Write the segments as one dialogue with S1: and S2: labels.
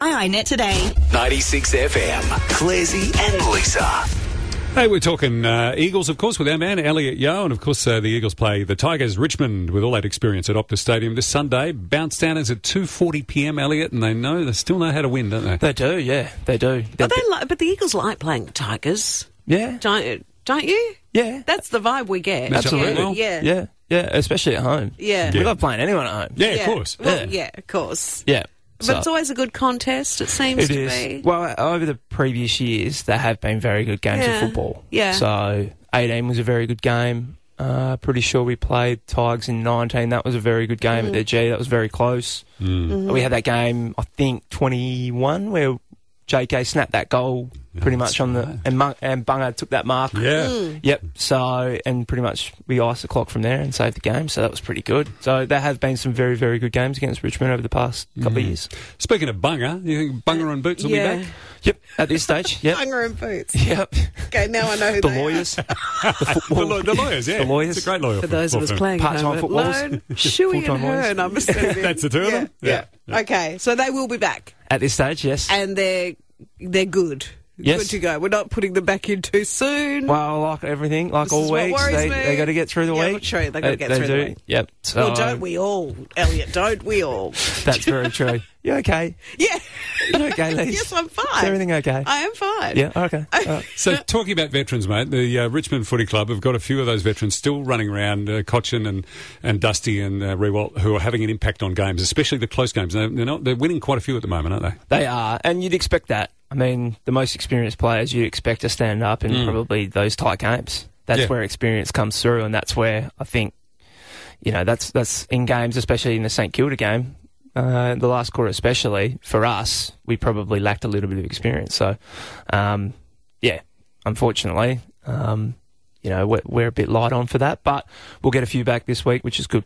S1: iinet today.
S2: 96 FM. Clarsy and Lisa.
S3: Hey, we're talking uh, Eagles, of course, with our man Elliot Yeo, and of course uh, the Eagles play the Tigers Richmond with all that experience at Optus Stadium this Sunday. Bounce down is at two forty p.m. Elliot, and they know they still know how to win, don't they?
S4: They do, yeah, they do.
S5: But they like, but the Eagles like playing Tigers,
S4: yeah,
S5: don't don't you?
S4: yeah,
S5: That's the vibe we get.
S3: That's
S5: yeah,
S3: right.
S5: Yeah. yeah,
S4: yeah, yeah, especially at home.
S5: Yeah.
S4: we love playing anyone at home.
S3: Yeah, of course.
S5: Well,
S4: Yeah.
S5: yeah. of course.
S4: yeah.
S5: But
S4: so-
S5: it's always a good contest. It seems
S4: it
S5: to
S4: is.
S5: be.
S4: Well, over the previous years, there have been very good games
S5: Yeah,
S4: of football.
S5: yeah.
S4: So eighteen was a very good game. Uh, pretty sure we played Tigers in nineteen. That was a very good game at
S5: Mm.
S4: their G. That was very close.
S3: Mm.
S5: Mm-hmm.
S4: We had that game, I think, twenty one where. JK snapped that goal pretty much on the and, Mun- and Bunga took that mark.
S3: Yeah,
S5: Mm. Hmm.
S4: Yep. So, and pretty much we iced the clock from there and saved the game. So that was pretty good. So there have been some very, very good games against Richmond over the past couple of years.
S3: Speaking of Bunga, you think Bunga and Boots will
S5: Yeah.
S3: be back?
S4: Yep. At this stage, yep.
S5: Hunger and boots.
S4: Yep.
S5: Okay, now I know who
S4: The
S5: they are.
S4: lawyers,
S3: The, law- the lawyers, yeah,
S4: The lawyers.
S3: It's a great lawyer
S5: For those of us playing
S4: Part-time
S5: home
S4: footballers.
S5: alone, Shuey
S4: Full-time
S5: and Hearn, I'm assuming.
S3: That's the two of them?
S5: Yeah.
S3: Yeah.
S5: yeah. Okay, so they will be back,
S4: at this stage, yes.
S5: and they're they're good.
S4: Yes.
S5: Good to go. We're not putting them back in too soon.
S4: Well, like everything, like
S5: This is
S4: all
S5: what
S4: weeks,
S5: worries
S4: they,
S5: me.
S4: they got to get through the
S5: Yeah,
S4: week.
S5: true, they gotta get through the
S4: do.
S5: week.
S4: Yep. So
S5: well, don't we all, Elliot? Don't we all?
S4: That's very true. You okay?
S5: Yeah.
S4: You okay, Lise?
S5: yes, I'm fine.
S4: Is everything okay?
S5: I am fine.
S4: yeah. Okay. All right.
S3: So, talking about veterans, mate, the uh, Richmond Footy Club have got a few of those veterans still running around, uh, Cochin and, and Dusty and uh, Rewalt, who are having an impact on games, especially the close games. They're, they're, not, they're winning quite a few at the moment, aren't they?
S4: They are, and you'd expect that. I mean, the most experienced players you'd expect to stand up in probably those tight games. That's
S3: Yeah.
S4: where experience comes through, and that's where I think, you know, that's that's in games, especially in the St Kilda game, uh, the last quarter especially. For us, we probably lacked a little bit of experience. So, um, yeah, unfortunately, um, you know, we're, we're a bit light on for that, but we'll get a few back this week, which is good.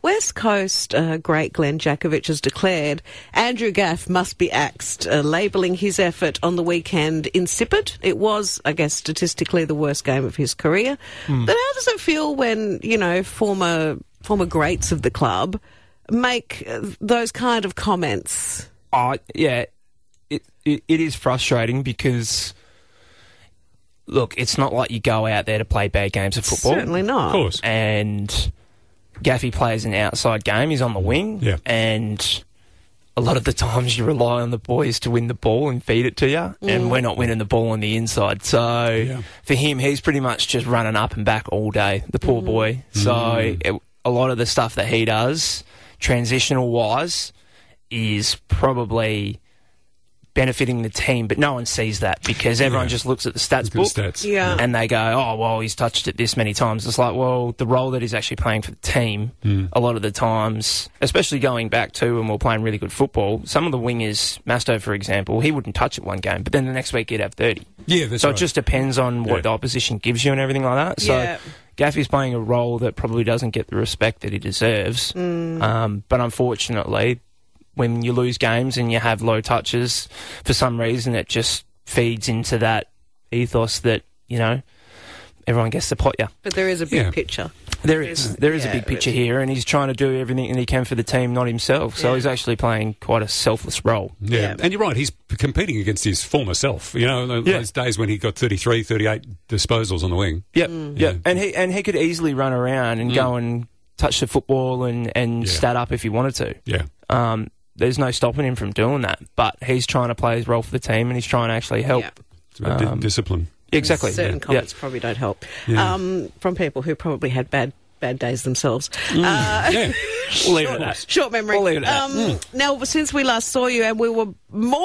S5: West Coast uh, great Glenn Jakovich has declared Andrew Gaff must be axed, uh, labelling his effort on the weekend insipid. It was, I guess, statistically the worst game of his career.
S4: Hmm.
S5: But how does it feel when you know former former greats of the club make uh, those kind of comments?
S4: I yeah, it, it it is frustrating because look, it's not like you go out there to play bad games of football.
S5: Certainly not.
S3: Of course.
S4: And Gaffy plays an outside game. He's on the wing.
S3: Yeah.
S4: And a lot of the times you rely on the boys to win the ball and feed it to you, and we're not winning the ball on the inside. So
S3: Yeah.
S4: for him, he's pretty much just running up and back all day. The poor boy. So
S3: Mm.
S4: it, a lot of the stuff that he does, transitional wise, is probably benefiting the team, but no one sees that because everyone
S3: Yeah.
S4: just looks at the stats
S3: Good
S4: book
S3: stats.
S5: Yeah.
S4: and they go, "Oh, well, he's touched it this many times." It's like, well, the role that he's actually playing for the team, a lot of the times, especially going back to when we we're playing really good football, some of the wingers, Masto, for example, he wouldn't touch it one game, but then the next week he'd have thirty.
S3: Yeah, that's
S4: so
S3: right.
S4: it just depends on what
S3: Yeah.
S4: the opposition gives you and everything like that. So
S5: Yeah.
S4: Gaffy's playing a role that probably doesn't get the respect that he deserves.
S5: Mm.
S4: Um, but unfortunately, when you lose games and you have low touches, for some reason it just feeds into that ethos that, you know, everyone gets to pot you.
S5: But there is a big
S3: Yeah.
S5: picture.
S4: There is there is
S5: yeah,
S4: a big
S5: there
S4: picture here, and he's trying to do everything that he can for the team, not himself. So
S5: Yeah.
S4: he's actually playing quite a selfless role.
S3: Yeah.
S5: Yeah.
S3: and you're right. He's p- competing against his former self. You know, those
S4: Yeah.
S3: days when he got 33, 38 disposals on the wing.
S4: Yep,
S5: Mm.
S4: yep.
S3: Yeah.
S4: And he and he could easily run around and go and touch the football and and
S3: Yeah.
S4: stat up if he wanted to.
S3: Yeah,
S4: Um, there's no stopping him from doing that, but he's trying to play his role for the team and he's trying to actually help.
S5: Yeah.
S3: it's about
S4: Um,
S3: di- discipline.
S4: Exactly.
S5: Certain
S4: yeah.
S5: comments probably don't help
S3: Yeah.
S5: um, from people who probably had bad bad days themselves. Uh,
S3: Yeah,
S4: Yeah. Leave it at that. Mm.
S5: Short memory.
S4: Mm. We'll leave it at
S5: um, Now, since we last saw you, and we were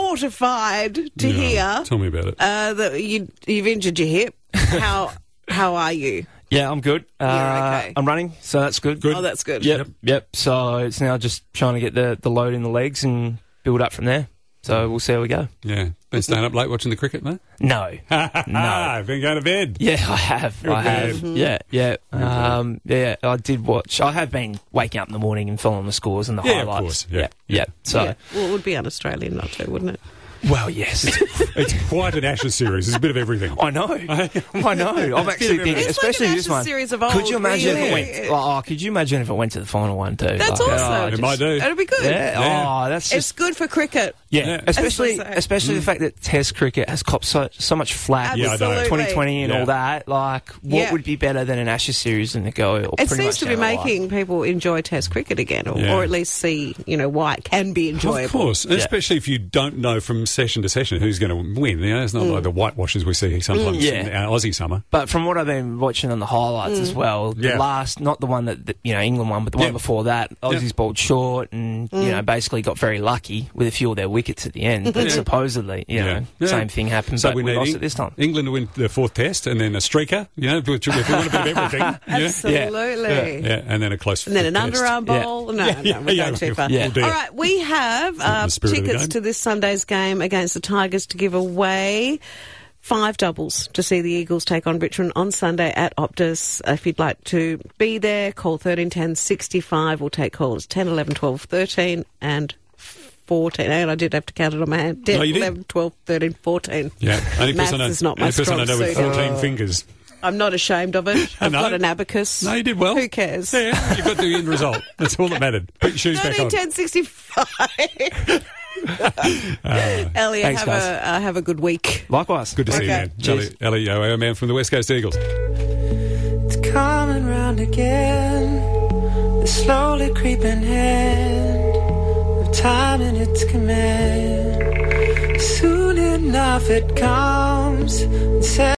S5: mortified to
S3: Yeah.
S5: hear
S3: Tell me about it.
S5: uh, that you, you've injured your hip. How how are you?
S4: Yeah, I'm good. Uh,
S5: okay.
S4: I'm running, so that's good.
S3: Good.
S5: Oh, that's good.
S4: Yep, yep. So it's now just trying to get the, the load in the legs and build up from there. So we'll see how we go.
S3: yeah, been staying up late watching the cricket, mate.
S4: No.
S3: no, been going to bed.
S4: Yeah, I have. I have. Yeah, yeah. Um, yeah, I did watch. I have been waking up in the morning and following the scores and the
S3: Yeah, of
S4: highlights.
S3: course, yeah,
S4: yeah.
S3: yeah.
S4: So
S5: Yeah. Well, it would be un Australian not to, wouldn't it?
S4: Well, yes.
S3: It's quite an Ashes series. It's a bit of everything.
S4: I know. I know. I'm actually thinking,
S5: It's like
S4: especially
S5: an
S4: this
S5: Ashes
S4: one.
S5: series of
S4: could you
S5: old,
S4: imagine?
S5: really.
S4: If it went, oh, could you imagine if it went to the final one too?
S5: That's
S4: Like,
S5: awesome.
S4: oh,
S3: It
S4: just-
S3: might do.
S5: That'll be good.
S4: Yeah.
S3: Yeah.
S4: Oh, that's just
S5: It's good for cricket.
S4: Yeah,
S3: Yeah.
S4: especially
S5: That's what I say.
S4: especially the fact that Test cricket has copped so, so much flack
S3: Yeah, I
S5: Absolutely.
S3: know.
S4: with 2020 and
S3: Yeah.
S4: all that. Like, what
S5: Yeah.
S4: would be better than an Ashes series in the go? Or
S5: It
S4: pretty
S5: seems
S4: much
S5: to be
S4: down the line?
S5: making people enjoy Test cricket again, or,
S3: Yeah.
S5: or at least see you know why it can be enjoyable.
S3: Of course, and especially if you don't know from session to session who's going to win. You know, it's not like the whitewashes we see sometimes
S4: Mm. Yeah.
S3: in our Aussie summer.
S4: But from what I've been watching on the highlights as well,
S3: Yeah.
S4: the last, not the one that, that, you know, England won, but the
S3: Yeah.
S4: one before that, Aussies bowled short and, you know, basically got very lucky with a few of their wickets at the end. But supposedly, you know,
S3: Yeah.
S4: same thing happened, but we,
S3: need
S4: lost
S3: Eng-
S4: it this time.
S3: England to win the fourth test, and then a streaker. You know, if we if we want a bit of everything. yeah.
S5: Absolutely.
S3: yeah, and then a close.
S5: And then an
S3: fifth test.
S5: underarm
S4: Yeah.
S5: bowl. No,
S3: Yeah,
S5: no, we're
S3: yeah,
S5: going
S3: yeah,
S5: too far.
S4: yeah.
S3: Oh, dear.
S5: All right, we have
S3: in
S5: uh,
S3: the spirit of the
S5: tickets
S3: game.
S5: to this Sunday's game against the Tigers to give away. Five doubles to see the Eagles take on Richmond on Sunday at Optus. If you'd like to be there, call 13 10 65. We'll take calls 10, 11, 12, 13 and 14. And I did have to count it on my hand. 10,
S3: No, you didn't.
S5: 11, 12, 13, 14.
S3: Yeah, only
S5: Maths
S3: person I,
S5: is not my
S3: only person I
S5: strong
S3: know with
S5: suit.
S3: fourteen fingers.
S5: I'm not ashamed of it. I've
S3: No.
S5: got an abacus.
S3: No, you did well.
S5: Who cares?
S3: Yeah, you got the end result. That's all that mattered. Put your shoes back
S5: Thirteen
S3: on.
S5: ten sixty five. Elliot,
S4: thanks,
S5: have
S4: guys.
S5: a uh, have a good week.
S4: Likewise.
S3: Good to see you,
S5: Okay.
S3: man.
S4: Cheers.
S3: Ellie, Ellie, Yo, our man from the West Coast Eagles.
S1: It's coming round again. The slowly creeping hand of time in its command. Soon enough it comes. and